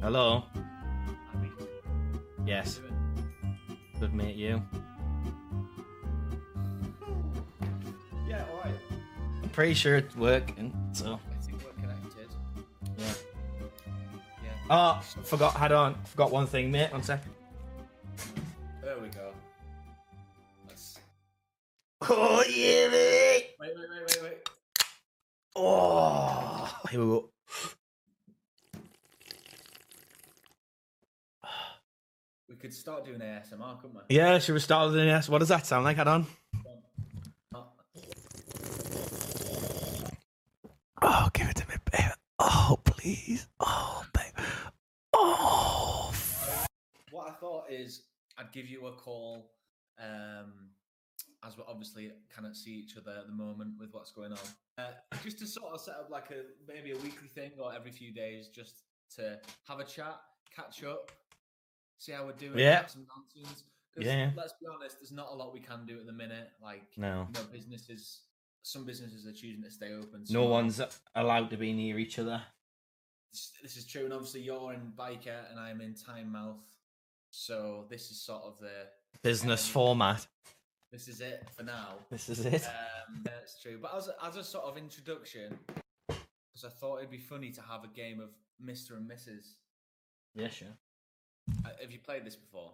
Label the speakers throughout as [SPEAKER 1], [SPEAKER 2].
[SPEAKER 1] Hello? Yes. Good meet you.
[SPEAKER 2] Yeah, alright.
[SPEAKER 1] I'm pretty sure it's working, so.
[SPEAKER 3] I think we're connected.
[SPEAKER 1] Yeah.
[SPEAKER 3] Yeah.
[SPEAKER 1] Oh, forgot, had on. Forgot one thing, mate. One sec.
[SPEAKER 3] There we go. Let's...
[SPEAKER 1] Oh, yeah, mate!
[SPEAKER 3] Wait, wait, wait, wait, wait.
[SPEAKER 1] Oh, here we go.
[SPEAKER 3] We could start doing ASMR, couldn't we?
[SPEAKER 1] Yeah, should we start with an S? What does that sound like, Adon?
[SPEAKER 3] Oh,
[SPEAKER 1] Oh, give it to me, baby. Oh, please. Oh, baby. Oh.
[SPEAKER 3] what I thought is I'd give you a call, um, as we obviously cannot see each other at the moment with what's going on, uh, just to sort of set up like a maybe a weekly thing or every few days, just to have a chat, catch up, see how we're doing,
[SPEAKER 1] Yeah.
[SPEAKER 3] chat some nonsense. 'Cause
[SPEAKER 1] Yeah.
[SPEAKER 3] Let's be honest, there's not a lot we can do at the minute. Like
[SPEAKER 1] No.
[SPEAKER 3] you know, businesses, some businesses are choosing to stay open.
[SPEAKER 1] No
[SPEAKER 3] so-
[SPEAKER 1] one's allowed to be near each other.
[SPEAKER 3] this this is true, and obviously you're in Biker and I'm in Time Mouth, so this is sort of the
[SPEAKER 1] Business format.
[SPEAKER 3] this is it for now.
[SPEAKER 1] This is it.
[SPEAKER 3] Um, that's true. But as as a sort of introduction, because I thought it'd be funny to have a game of Mister and Mrs.
[SPEAKER 1] Yeah, sure.
[SPEAKER 3] Uh, have you played this before?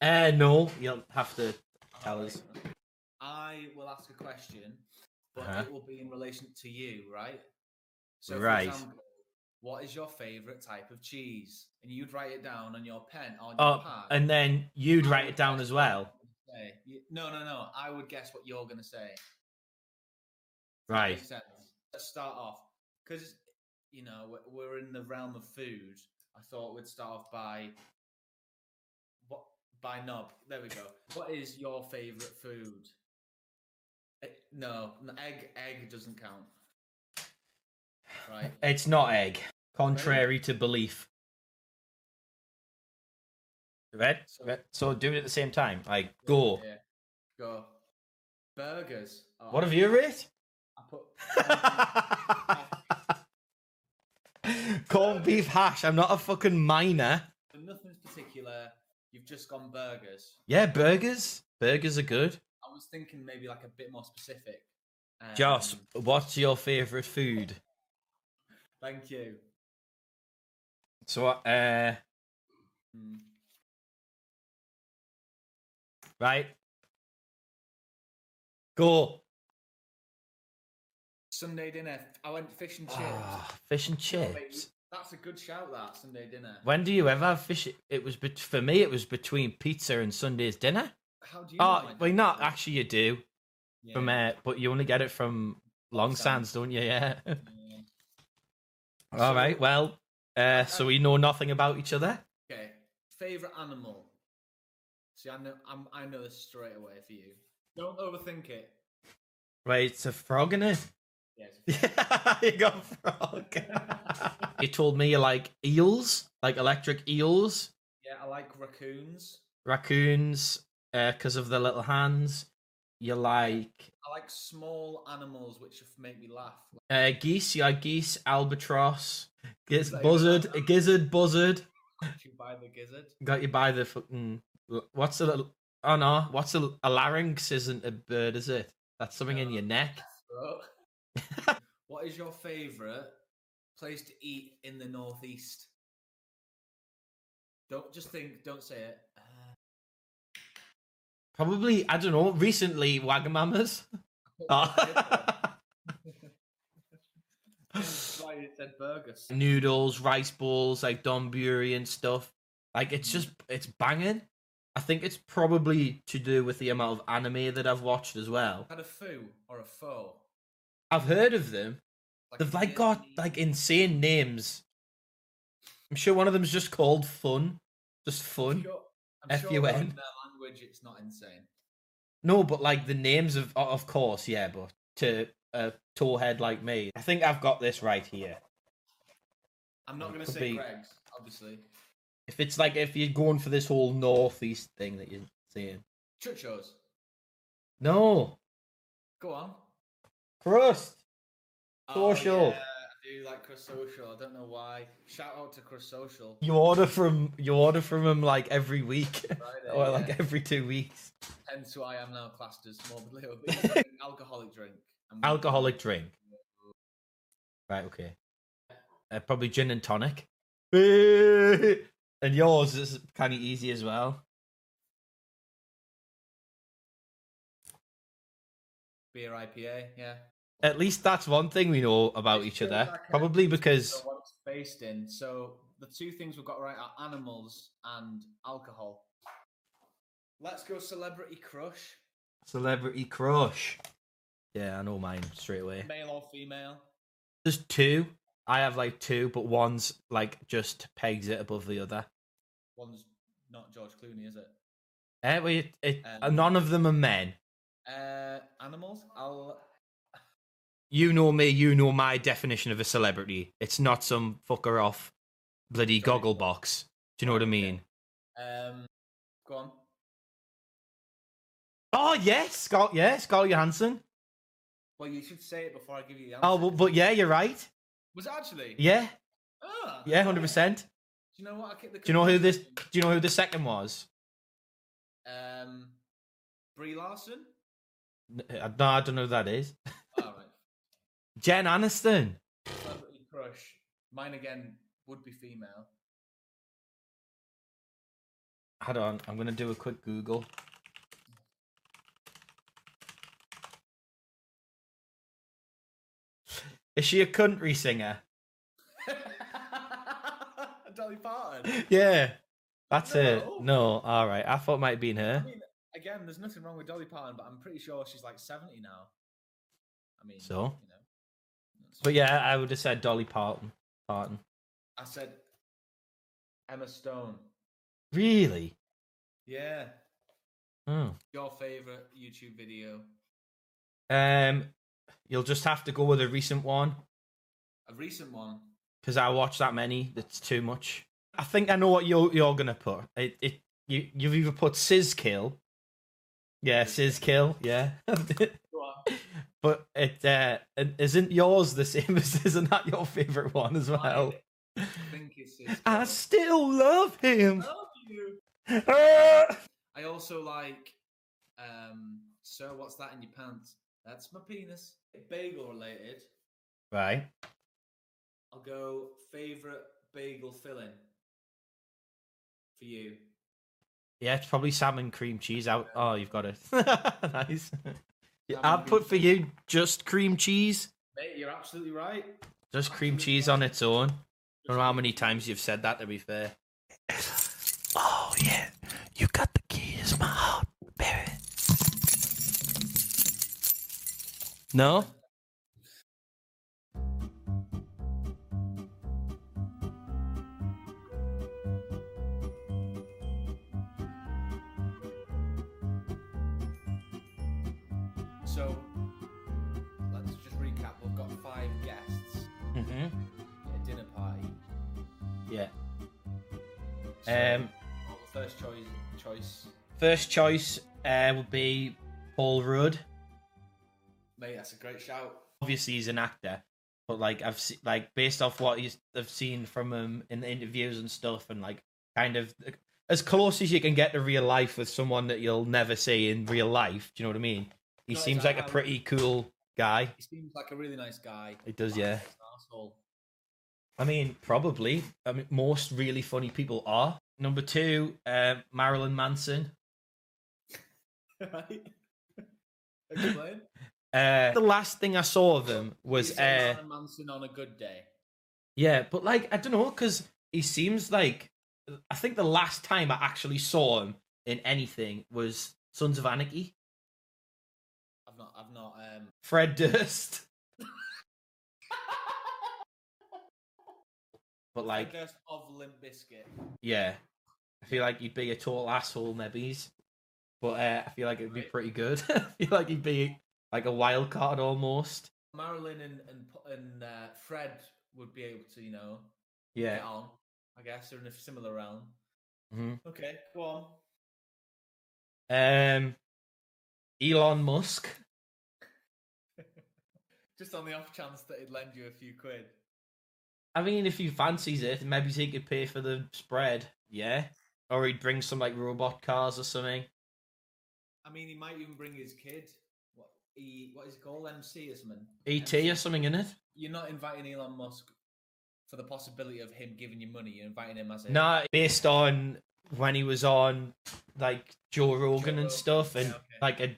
[SPEAKER 1] Uh, no, you'll have to tell us.
[SPEAKER 3] I will ask a question, but
[SPEAKER 1] Uh-huh.
[SPEAKER 3] it will be in relation to you, right? for
[SPEAKER 1] Right.
[SPEAKER 3] example, what is your favorite type of cheese? And you'd write it down on your pen on your
[SPEAKER 1] Oh,
[SPEAKER 3] pad.
[SPEAKER 1] and then you'd write it down as well.
[SPEAKER 3] say. You- No, no, no. I would guess what you're going to say.
[SPEAKER 1] Right.
[SPEAKER 3] Makes sense. Let's start off because you know we're- we're in the realm of food. I thought we'd start off by what by knob. There we go. What is your favorite food? Eh, No, n- egg. Egg doesn't count. Right.
[SPEAKER 1] It's not egg, contrary to belief. Red? Red. So do it at the same time. Like, go.
[SPEAKER 3] Yeah. Go. Burgers. Oh,
[SPEAKER 1] What have you rate?
[SPEAKER 3] I put.
[SPEAKER 1] Corned beef hash. I'm not a fucking miner.
[SPEAKER 3] Nothing's particular. You've just gone burgers.
[SPEAKER 1] Yeah, burgers. Burgers are good.
[SPEAKER 3] I was thinking maybe like a bit more specific. Um,
[SPEAKER 1] Joss, what's your favourite food?
[SPEAKER 3] Thank you.
[SPEAKER 1] So, uh,
[SPEAKER 3] Mm.
[SPEAKER 1] right. Go.
[SPEAKER 3] Sunday dinner. I went fish and chips.
[SPEAKER 1] Ah, fish and
[SPEAKER 3] Oh, wait,
[SPEAKER 1] chips.
[SPEAKER 3] That's a good shout. That Sunday dinner.
[SPEAKER 1] When do you ever have fish? It was bet- for me. It was between pizza and Sunday's dinner.
[SPEAKER 3] How do you?
[SPEAKER 1] Oh,
[SPEAKER 3] know
[SPEAKER 1] well, not actually. You do from uh, but you only get it from Long
[SPEAKER 3] Sands.
[SPEAKER 1] Sands, don't you? Yeah.
[SPEAKER 3] Yeah.
[SPEAKER 1] All right. Well, uh,
[SPEAKER 3] Uh-huh.
[SPEAKER 1] so we know nothing about each other.
[SPEAKER 3] Okay. Favorite animal. See, I know. I'm, I know this straight away for you. Don't overthink it.
[SPEAKER 1] Right, it's a frog in it.
[SPEAKER 3] Yes.
[SPEAKER 1] Yeah, you got frog. you told me you like eels, like electric eels,
[SPEAKER 3] Yeah, I like raccoons.
[SPEAKER 1] raccoons, because of their little hands. You like
[SPEAKER 3] I like small animals which f- make me laugh.
[SPEAKER 1] uh, geese. You like geese, albatross, giz-
[SPEAKER 3] Like-
[SPEAKER 1] buzzard, a gizzard, buzzard.
[SPEAKER 3] Like you by the gizzard.
[SPEAKER 1] Got you by the fucking. What's a little? Oh no, what's a, a larynx? Isn't a bird, is it? That's something in your neck.
[SPEAKER 3] Bro. what is your favorite place to eat in the northeast? Don't just think. Don't say it. Uh,
[SPEAKER 1] Probably, I don't know. Recently, Wagamama's.
[SPEAKER 3] Uh,
[SPEAKER 1] Oh.
[SPEAKER 3] That's why you said burgers.
[SPEAKER 1] Mm. noodles, rice balls, like Donburi and stuff. Like it's just it's banging. I think it's probably to do with the amount of anime that I've watched as well.
[SPEAKER 3] Had a foo or a pho?
[SPEAKER 1] I've heard of them.
[SPEAKER 3] Like
[SPEAKER 1] They've
[SPEAKER 3] a
[SPEAKER 1] like got
[SPEAKER 3] Vietnamese-
[SPEAKER 1] like insane names. I'm sure one of them's just called Fun. Just
[SPEAKER 3] I'm
[SPEAKER 1] Fun.
[SPEAKER 3] sure- I'm sure
[SPEAKER 1] F-U-N.
[SPEAKER 3] in their language, it's not insane.
[SPEAKER 1] No, but like the names of o- of course, yeah, but to a tall head like me, I think I've got this right here.
[SPEAKER 3] I'm not
[SPEAKER 1] It
[SPEAKER 3] going to
[SPEAKER 1] could
[SPEAKER 3] say
[SPEAKER 1] be.
[SPEAKER 3] Greg's, obviously.
[SPEAKER 1] If it's like if you're going for this whole northeast thing that you're saying.
[SPEAKER 3] Chuchos.
[SPEAKER 1] No.
[SPEAKER 3] Go on.
[SPEAKER 1] Crust.
[SPEAKER 3] Oh,
[SPEAKER 1] Social.
[SPEAKER 3] yeah, I do do like Chris Social. I don't know why. Shout out to Chris Social.
[SPEAKER 1] You order from you order from him like every week
[SPEAKER 3] Friday,
[SPEAKER 1] or
[SPEAKER 3] yeah.
[SPEAKER 1] Oh, like every two weeks.
[SPEAKER 3] Hence why I'm now classed as morbidly obese. alcoholic drink. I'm-
[SPEAKER 1] Alcoholic drink. Right. Okay. Uh, probably gin and tonic. and yours is kind of easy as well.
[SPEAKER 3] Beer IPA, yeah.
[SPEAKER 1] At least that's one thing we know about each
[SPEAKER 3] feels
[SPEAKER 1] other.
[SPEAKER 3] like a-
[SPEAKER 1] Probably
[SPEAKER 3] So
[SPEAKER 1] because
[SPEAKER 3] what it's based in. So the two things we've got right are animals and alcohol. Let's go celebrity crush,
[SPEAKER 1] celebrity crush. Yeah, I know mine straight away.
[SPEAKER 3] male or female.
[SPEAKER 1] There's two. I have like two, but one's like just pegs it above the other.
[SPEAKER 3] One's not George Clooney, is it?
[SPEAKER 1] Eh, well, it, it,
[SPEAKER 3] Um,
[SPEAKER 1] none of them are men.
[SPEAKER 3] Uh, animals. I'll.
[SPEAKER 1] You know me. You know my definition of a celebrity. It's not some fucker off bloody
[SPEAKER 3] Sorry.
[SPEAKER 1] goggle box. Do you know what I mean?
[SPEAKER 3] Um, go on.
[SPEAKER 1] Oh yes, Scott. Yeah, Scott Johansson.
[SPEAKER 3] Well, you should say it before I give you the answer.
[SPEAKER 1] Oh, but, but yeah, you're right.
[SPEAKER 3] was it actually?
[SPEAKER 1] Yeah,
[SPEAKER 3] Ah,
[SPEAKER 1] yeah,
[SPEAKER 3] okay.
[SPEAKER 1] hundred percent.
[SPEAKER 3] Do you know what? I kicked the
[SPEAKER 1] Do you know who this?
[SPEAKER 3] conclusion.
[SPEAKER 1] Do you know who the second was?
[SPEAKER 3] Um, Brie Larson.
[SPEAKER 1] N- uh, No, I don't know who that is.
[SPEAKER 3] All right.
[SPEAKER 1] Jen Aniston.
[SPEAKER 3] Celebrity crush. Mine again would be female.
[SPEAKER 1] Hold on, I'm gonna do a quick Google. Is she a country singer?
[SPEAKER 3] Dolly Parton.
[SPEAKER 1] Yeah, that's it.
[SPEAKER 3] No.
[SPEAKER 1] No, all right. I thought it might have been her.
[SPEAKER 3] Again, there's nothing wrong with Dolly Parton, but I'm pretty sure she's like 70 now. I mean,
[SPEAKER 1] So?
[SPEAKER 3] you know. that's-
[SPEAKER 1] But yeah, I would have said Dolly Parton. Parton.
[SPEAKER 3] I said Emma Stone.
[SPEAKER 1] Really?
[SPEAKER 3] Yeah.
[SPEAKER 1] Oh.
[SPEAKER 3] Your favorite YouTube video?
[SPEAKER 1] Um, you'll just have to go with a recent one
[SPEAKER 3] A recent one.
[SPEAKER 1] because I watch that many. That's too much. I think I know what you're you're gonna put. It it you you've either put Sizkill. Yeah, Sizkill. Yeah.
[SPEAKER 3] Go on.
[SPEAKER 1] But it uh, it isn't yours the same as isn't that your favorite one as well?
[SPEAKER 3] Mine, I think it's his
[SPEAKER 1] I
[SPEAKER 3] girl.
[SPEAKER 1] still love him.
[SPEAKER 3] love you.
[SPEAKER 1] Ah!
[SPEAKER 3] I also like. Um, so what's that in your pants? That's my penis. Bagel related.
[SPEAKER 1] Right.
[SPEAKER 3] I'll go favorite bagel filling for you.
[SPEAKER 1] Yeah, it's probably salmon cream cheese out. Oh, you've got it. nice. Yeah,
[SPEAKER 3] Salmon
[SPEAKER 1] I'd
[SPEAKER 3] cream
[SPEAKER 1] put for you just cream cheese.
[SPEAKER 3] Mate, you're absolutely right.
[SPEAKER 1] Just cream
[SPEAKER 3] Absolutely
[SPEAKER 1] cheese on its own. I don't know how many times you've said that to be fair. Oh yeah. You got the keys to my heart, baby. No?
[SPEAKER 3] So let's just recap. We've got five guests
[SPEAKER 1] hmm
[SPEAKER 3] at a dinner party.
[SPEAKER 1] Yeah.
[SPEAKER 3] So,
[SPEAKER 1] Um
[SPEAKER 3] well, the first choice choice.
[SPEAKER 1] First choice uh, would be Paul Rudd.
[SPEAKER 3] Mate, that's a great shout.
[SPEAKER 1] Obviously, he's an actor, but like I've se- like based off what he's, I've seen from him in the interviews and stuff, and like kind of like, as close as you can get to real life with someone that you'll never see in real life. Do you know what I mean? He
[SPEAKER 3] Guys,
[SPEAKER 1] seems
[SPEAKER 3] I
[SPEAKER 1] like a
[SPEAKER 3] have-
[SPEAKER 1] pretty cool guy.
[SPEAKER 3] He seems like a really nice guy.
[SPEAKER 1] He does, yeah.
[SPEAKER 3] He's an arsehole.
[SPEAKER 1] I mean, probably. I mean, most really funny people are. Number two, uh, Marilyn Manson.
[SPEAKER 3] right? Explain.
[SPEAKER 1] Uh, the last thing I saw of him was.
[SPEAKER 3] He's
[SPEAKER 1] Uh,
[SPEAKER 3] Marilyn Manson on a good day.
[SPEAKER 1] Yeah, but like I don't know because he seems like I think the last time I actually saw him in anything was Sons of Anarchy.
[SPEAKER 3] I've not. I've not. Um...
[SPEAKER 1] Fred Durst, but like
[SPEAKER 3] Fred Durst of Limp Biscuit.
[SPEAKER 1] yeah, I feel like he'd be a total asshole, maybes, but uh, I feel like it'd be
[SPEAKER 3] Right.
[SPEAKER 1] pretty good. I feel like he'd be like a wild card almost.
[SPEAKER 3] Marilyn and and P- and uh, Fred would be able to, you know, get
[SPEAKER 1] Yeah,
[SPEAKER 3] on. I guess they're in a similar realm.
[SPEAKER 1] Mhm.
[SPEAKER 3] Okay, go on.
[SPEAKER 1] um, Elon Musk.
[SPEAKER 3] Just on the off chance that he'd lend you a few quid.
[SPEAKER 1] I mean, if he fancies it, maybe he could pay for the spread. Yeah, or he'd bring some like robot cars or something.
[SPEAKER 3] I mean, he might even bring his kid. What he? What is it called? MC or something?
[SPEAKER 1] ET
[SPEAKER 3] MC.
[SPEAKER 1] E or something in it.
[SPEAKER 3] You're not inviting Elon Musk for the possibility of him giving you money. You're inviting him as a
[SPEAKER 1] No, based on when he was on like Joe Rogan
[SPEAKER 3] Rogan,
[SPEAKER 1] and stuff,
[SPEAKER 3] Yeah,
[SPEAKER 1] and
[SPEAKER 3] okay.
[SPEAKER 1] like a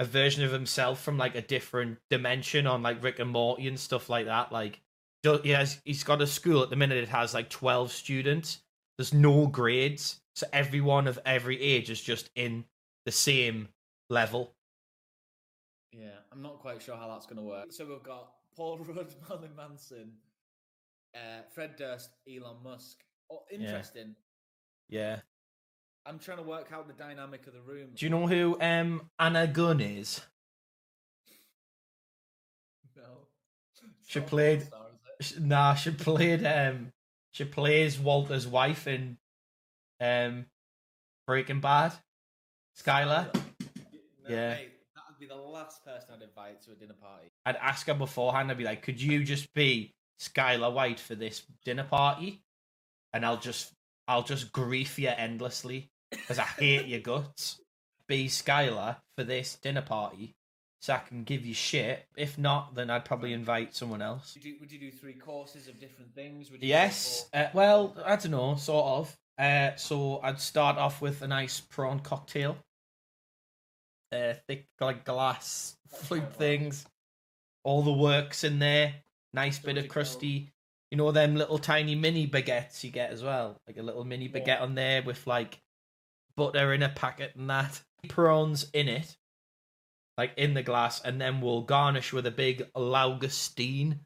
[SPEAKER 1] a version of himself from like a different dimension on like Rick and Morty and stuff like that. Like, do- he has he's got a school at the minute. It has like twelve students. There's no grades, so everyone of every age is just in the same level.
[SPEAKER 3] Yeah, I'm not quite sure how that's going to work. So we've got Paul Rudd, Marilyn Manson, uh, Fred Durst, Elon Musk. Oh, interesting.
[SPEAKER 1] Yeah.
[SPEAKER 3] I'm trying to work out the dynamic of the room.
[SPEAKER 1] Do you know who um Anna Gunn is?
[SPEAKER 3] No. It's
[SPEAKER 1] She
[SPEAKER 3] not
[SPEAKER 1] played-
[SPEAKER 3] Rockstar, is it?
[SPEAKER 1] Sh- Nah, she played um she plays Walter's wife in um Breaking Bad. Skylar.
[SPEAKER 3] No,
[SPEAKER 1] Yeah.
[SPEAKER 3] mate, that'd be the last person I'd invite to a dinner party.
[SPEAKER 1] I'd ask her beforehand, I'd be like, Could you just be Skylar White for this dinner party? And I'll just I'll just grief you endlessly because I hate your guts. Be Skylar for this dinner party. So I can give you shit. If not, then I'd probably invite someone else.
[SPEAKER 3] Would you do, would you do three courses of different things? Would you go
[SPEAKER 1] Yes.
[SPEAKER 3] for-
[SPEAKER 1] Uh, well, I don't know, sort of. Uh, so I'd start off with a nice prawn cocktail, uh, thick like glass
[SPEAKER 3] That
[SPEAKER 1] flute
[SPEAKER 3] sounds right.
[SPEAKER 1] things, all the works in there. Nice
[SPEAKER 3] So
[SPEAKER 1] bit
[SPEAKER 3] would
[SPEAKER 1] of
[SPEAKER 3] you go-
[SPEAKER 1] crusty, you know them little tiny mini baguettes you get as well, like a little mini
[SPEAKER 3] Yeah.
[SPEAKER 1] baguette on there with like butter in a packet and that prawns in it, like in the glass, and then we'll garnish with a big Laugustine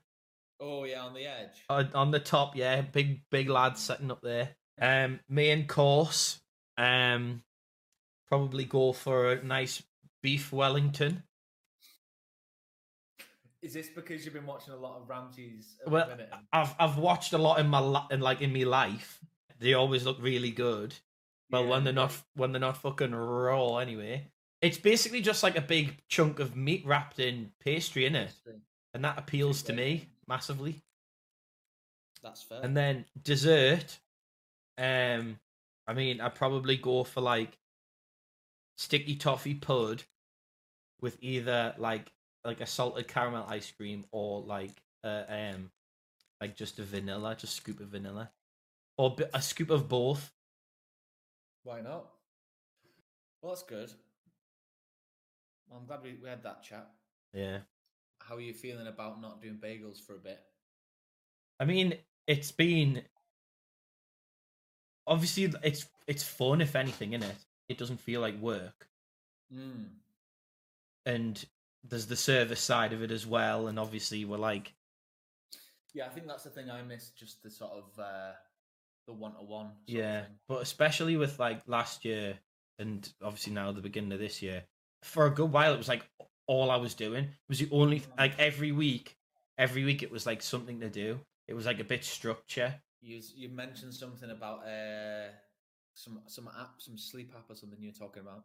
[SPEAKER 3] Oh, yeah, on the edge.
[SPEAKER 1] on on the top, yeah, big big lad sitting up there. Um, main course, um, probably go for a nice beef Wellington.
[SPEAKER 3] Is this because you've been watching a lot of Ramses at
[SPEAKER 1] Well,
[SPEAKER 3] the minute?
[SPEAKER 1] I've I've watched a lot in my li- in like in my life. They always look really good. Well, when they're not when they're not fucking raw, anyway. It's basically just like a big chunk of meat wrapped in pastry in it, and that appeals to me massively.
[SPEAKER 3] That's fair.
[SPEAKER 1] And then dessert, um, I mean, I'd probably go for like sticky toffee pud with either like like a salted caramel ice cream or like uh, um like just a vanilla, just scoop of vanilla, or bi- a scoop of both.
[SPEAKER 3] Why not? Well, that's good. Well, I'm glad we, we had that chat.
[SPEAKER 1] Yeah,
[SPEAKER 3] How are you feeling about not doing bagels for a bit?
[SPEAKER 1] I mean, it's been obviously it's it's fun if anything in it. It doesn't feel like work.
[SPEAKER 3] Mm.
[SPEAKER 1] and there's the service side of it as well. And obviously, we're like,
[SPEAKER 3] Yeah, I think that's the thing I miss, just the sort of uh, the one to one.
[SPEAKER 1] yeah, but especially with like last year and obviously now the beginning of this year, for a good while, it was like all I was doing was the only like every week, every week it was like something to do. It was like a bit structure.
[SPEAKER 3] You s- you mentioned something about uh, some some app, some sleep app or something you're talking about.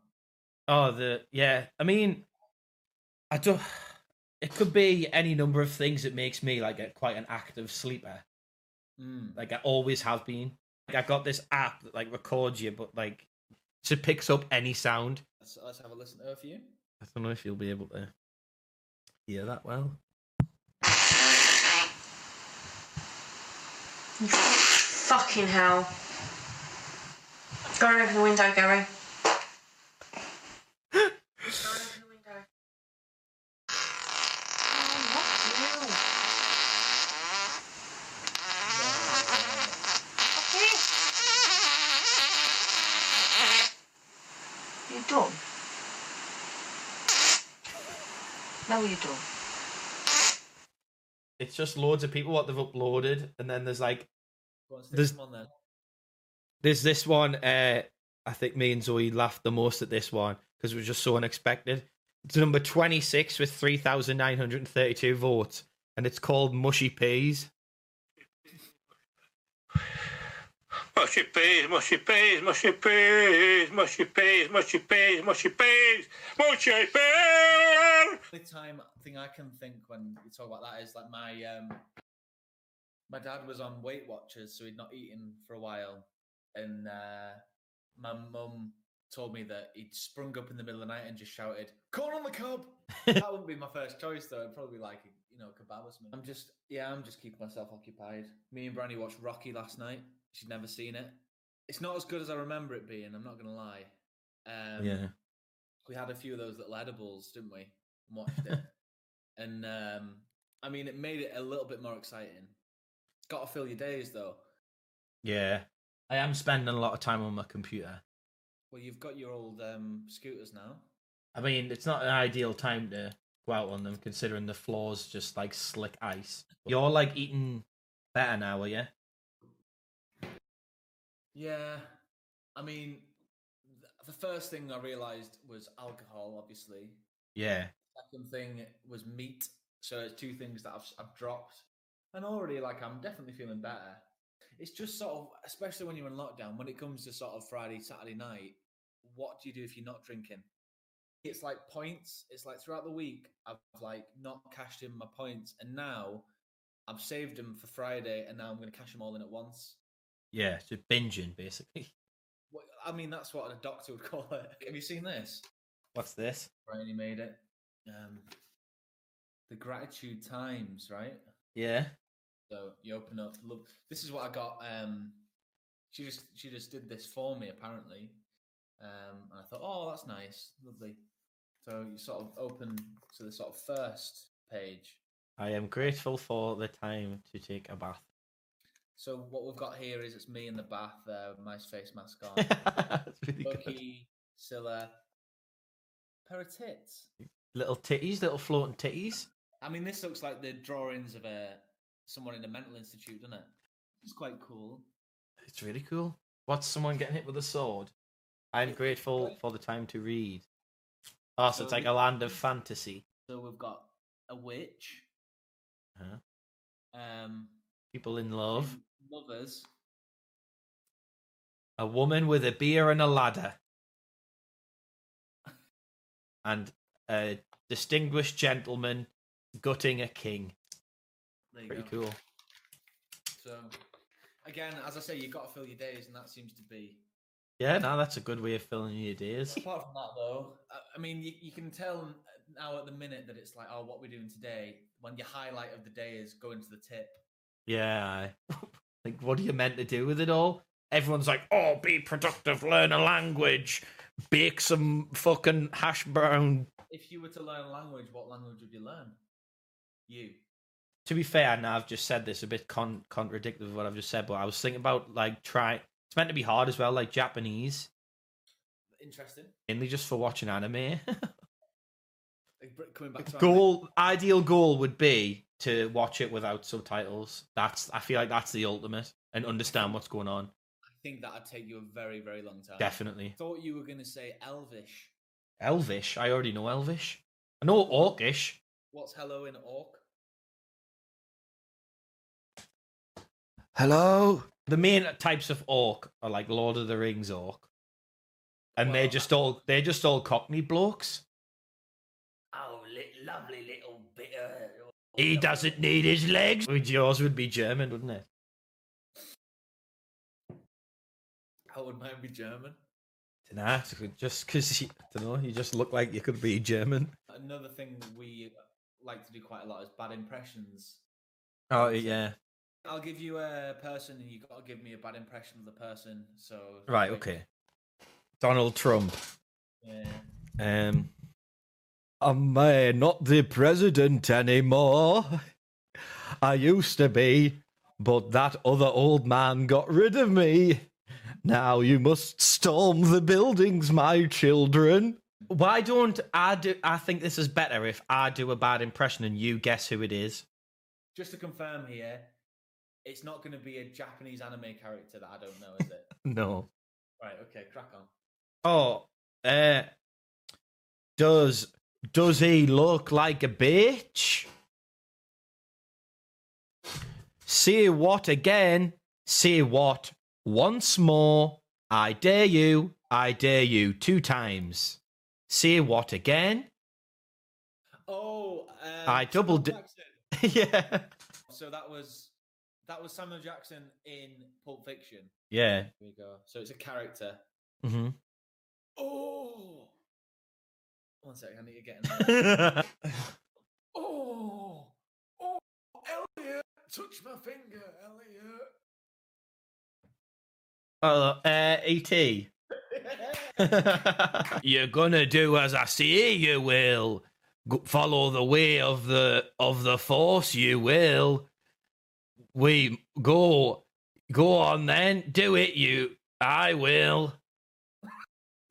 [SPEAKER 1] Oh, the yeah. I mean, I don't. It could be any number of things that makes me like a, quite an active sleeper.
[SPEAKER 3] Mm.
[SPEAKER 1] like I always have been. Like I've got this app that like records you, but like so it picks up any sound.
[SPEAKER 3] Let's, let's have a listen to a few.
[SPEAKER 1] I don't know if you'll be able to hear that well.
[SPEAKER 4] You fucking hell. Go and open the window, Gary. Go and open the window. Oh, what the hell? Fuck you. You dumb. No, you don't.
[SPEAKER 1] It's just loads of people what they've uploaded, and then there's like
[SPEAKER 3] Go on, stick
[SPEAKER 1] There's-
[SPEAKER 3] some on there.
[SPEAKER 1] there's this one. Uh, I think me and Zoe laughed the most at this one because it was just so unexpected. It's number twenty six with three thousand nine hundred and thirty two votes, and it's called Mushy Peas.
[SPEAKER 5] Mushy peas, mushy peas, mushy peas, mushy peas, mushy peas, mushy peas, mushy peas.
[SPEAKER 3] only time thing I can think when you talk about that is like my um my dad was on Weight Watchers, so he'd not eaten for a while, and uh, my mum told me that he'd sprung up in the middle of the night and just shouted, "Corn on the cob." that wouldn't be my first choice though. It'd probably be like a- you know a kebab or something. I'm just yeah, I'm just keeping myself occupied. Me and Brandy watched Rocky last night. She'd never seen it. It's not as good as I remember it being. I'm not gonna lie. Um,
[SPEAKER 1] yeah.
[SPEAKER 3] we had a few of those little edibles, didn't we? And watched it. and um, I mean, it made it a little bit more exciting. Got to fill your days, though.
[SPEAKER 1] Yeah. I am spending a lot of time on my computer.
[SPEAKER 3] Well, you've got your old um, scooters now.
[SPEAKER 1] I mean, it's not an ideal time to go out on them, considering the floor's just like slick ice. You're like eating better now, are you?
[SPEAKER 3] Yeah, I mean, th- the first thing I realised was alcohol. Obviously,
[SPEAKER 1] Yeah.
[SPEAKER 3] second thing was meat. So it's two things that I've s- I've dropped, and already like I'm definitely feeling better. It's just sort of, especially when you're in lockdown, when it comes to sort of Friday, Saturday night, what do you do if you're not drinking? It's like points. It's like throughout the week, I've like not cashed in my points, and now I've saved them for Friday, and now I'm going to cash them all in at once.
[SPEAKER 1] Yeah. So binging, basically.
[SPEAKER 3] Well, I mean, that's what a doctor would call it. Have you seen this?
[SPEAKER 1] What's this?
[SPEAKER 3] Brainy made it. Um, the gratitude times, right?
[SPEAKER 1] Yeah.
[SPEAKER 3] So you open up. Look, this is what I got. Um, she just she just did this for me apparently, um, and I thought, oh, that's nice, lovely. So you sort of open to the sort of first page.
[SPEAKER 1] I am grateful for the time to take a bath.
[SPEAKER 3] So what we've got here is it's me in the bath, uh, with my face mask on,
[SPEAKER 1] That's really good.
[SPEAKER 3] Bucky, Scylla, pair of tits.
[SPEAKER 1] Little titties, little floating titties.
[SPEAKER 3] I mean, this looks like the drawings of a someone in a mental institute, doesn't it? It's quite cool.
[SPEAKER 1] It's really cool. What's someone getting hit with a sword? I'm grateful for the time to read. Oh, so it's like a land of fantasy.
[SPEAKER 3] So we've got a witch,
[SPEAKER 1] Uh-huh.
[SPEAKER 3] um,
[SPEAKER 1] People in love.
[SPEAKER 3] lovers,
[SPEAKER 1] A woman with a beer and a ladder. And a distinguished gentleman gutting a king.
[SPEAKER 3] There you
[SPEAKER 1] Pretty
[SPEAKER 3] go.
[SPEAKER 1] cool.
[SPEAKER 3] So again, as I say, you've got to fill your days, and that seems to be.
[SPEAKER 1] Yeah, no, that's a good way of filling your days.
[SPEAKER 3] Apart from that, though, I- I mean, you, you can tell now at the minute that it's like, oh, what we're doing today. When your highlight of the day is going to the tip.
[SPEAKER 1] Yeah. aye. like, what are you meant to do with it all? Everyone's like, oh, be productive, learn a language, bake some fucking hash brown
[SPEAKER 3] If you were to learn a language, what language would you learn? You.
[SPEAKER 1] to be fair, and I've just said this a bit con- contradictory of what I've just said, but I was thinking about like try. It's meant to be hard as well, like Japanese,
[SPEAKER 3] Interesting.
[SPEAKER 1] mainly just for watching anime.
[SPEAKER 3] Like, br- Coming back to anime.
[SPEAKER 1] goal, ideal goal would be to watch it without subtitles. That's I feel like that's the ultimate and understand what's going on.
[SPEAKER 3] I think that'd take you a very, very long time.
[SPEAKER 1] Definitely
[SPEAKER 3] Thought you were going to say Elvish.
[SPEAKER 1] Elvish. I already know Elvish. I know Orcish.
[SPEAKER 3] What's hello in Orc?
[SPEAKER 1] Hello. The main types of orc are like Lord of the Rings orc, and they're
[SPEAKER 3] Well,
[SPEAKER 1] just all they're just all Cockney blokes.
[SPEAKER 3] Oh, li- lovely little bit. of-
[SPEAKER 1] He doesn't need his legs. Which yours would be German, wouldn't it?
[SPEAKER 3] How would mine be German?
[SPEAKER 1] Nah, just because I don't know, you just look like you could be German.
[SPEAKER 3] Another thing we uh, like to do quite a lot is bad impressions.
[SPEAKER 1] Oh yeah,
[SPEAKER 3] I'll give you a person, and you got to give me a bad impression of the person. So
[SPEAKER 1] right, okay. Donald Trump.
[SPEAKER 3] Yeah.
[SPEAKER 1] Um, am I not the president anymore? I used to be, but that other old man got rid of me. Now you must storm the buildings, my children. Why don't I do? I think this is better if I do a bad impression and you guess who it is.
[SPEAKER 3] Just to confirm here, it's not going to be a Japanese anime character that I don't know, is it?
[SPEAKER 1] No.
[SPEAKER 3] right. Okay. Crack on.
[SPEAKER 1] Oh, uh, does does he look like a bitch? Say what again? Say what once more? I dare you! I dare you two times. Say what again?
[SPEAKER 3] Oh. Um,
[SPEAKER 1] I doubled
[SPEAKER 3] Oh, Samuel
[SPEAKER 1] it.
[SPEAKER 3] Jackson.
[SPEAKER 1] yeah.
[SPEAKER 3] So that was That was Samuel Jackson in Pulp Fiction.
[SPEAKER 1] Yeah.
[SPEAKER 3] Here we go. So it's a character.
[SPEAKER 1] hmm
[SPEAKER 3] Oh. One second, I need to get another. oh. Oh, Elliot, touch my finger, Elliot.
[SPEAKER 1] oh, uh, E.T. You're gonna do as I say you will. Go- follow the way of the of the force you will. We go go on then, do it you I will.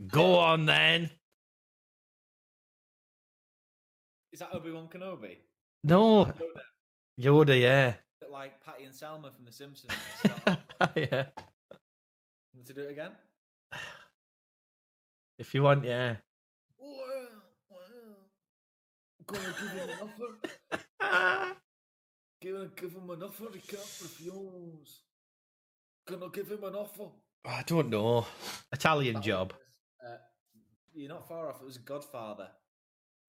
[SPEAKER 1] Go on then.
[SPEAKER 3] Is that Obi Wan Kenobi?
[SPEAKER 1] No. Yoda, yeah.
[SPEAKER 3] Bit Like Patty and Selma from The Simpsons. start off.
[SPEAKER 1] yeah.
[SPEAKER 3] Want to do it again?
[SPEAKER 1] If you want, yeah.
[SPEAKER 3] Wow, wow. Gonna give him an offer. Gonna give him an offer he can't refuse. Gonna give him an offer.
[SPEAKER 1] Oh, I don't know. Italian
[SPEAKER 3] That
[SPEAKER 1] job.
[SPEAKER 3] was, Uh, you're not far off. It was Godfather.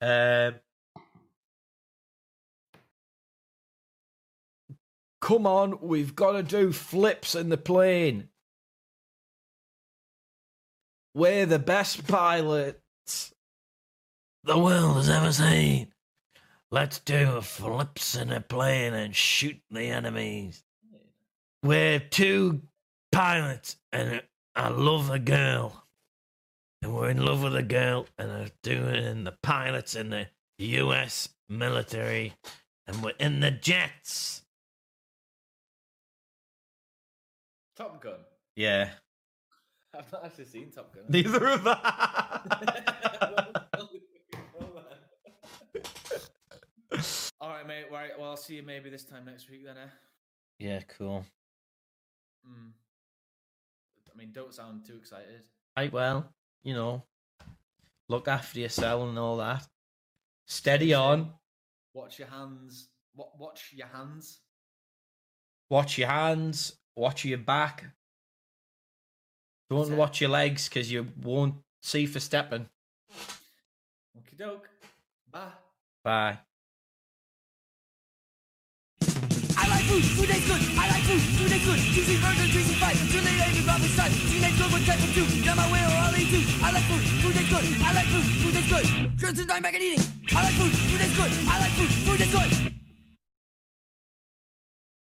[SPEAKER 1] Um, come on, we've got to do flips in the plane. We're the best pilots the world has ever seen. Let's do flips in a plane and shoot the enemies. We're two pilots, and I love a girl. And we're in love with a girl, and I'm doing the pilots in the US military, and we're in the jets.
[SPEAKER 3] Top Gun.
[SPEAKER 1] Yeah,
[SPEAKER 3] I've not actually seen Top Gun.
[SPEAKER 1] neither of
[SPEAKER 3] All right, mate. Right. Well, I'll see you maybe this time next week then. Eh?
[SPEAKER 1] yeah, cool.
[SPEAKER 3] Mm. I mean, don't sound too excited.
[SPEAKER 1] Right, well, you know, look after yourself and all that. Steady on.
[SPEAKER 3] Watch your hands. Wa- Watch your hands.
[SPEAKER 1] Watch your hands. Watch your back. Don't
[SPEAKER 3] That's it.
[SPEAKER 1] watch your legs because you won't see for stepping.
[SPEAKER 3] Okie doke. Bye.
[SPEAKER 1] Bye.
[SPEAKER 6] I like food, food tastes good. I like food, food tastes good. Juicy burger, juicy fries. Too late, baby, probably start. Teenage girl with type of two. Now my way or I'll eat you. I like food, food tastes good. I like food, food tastes good. Drugs and time back and eating. I like food, food tastes good. I like food, food tastes good.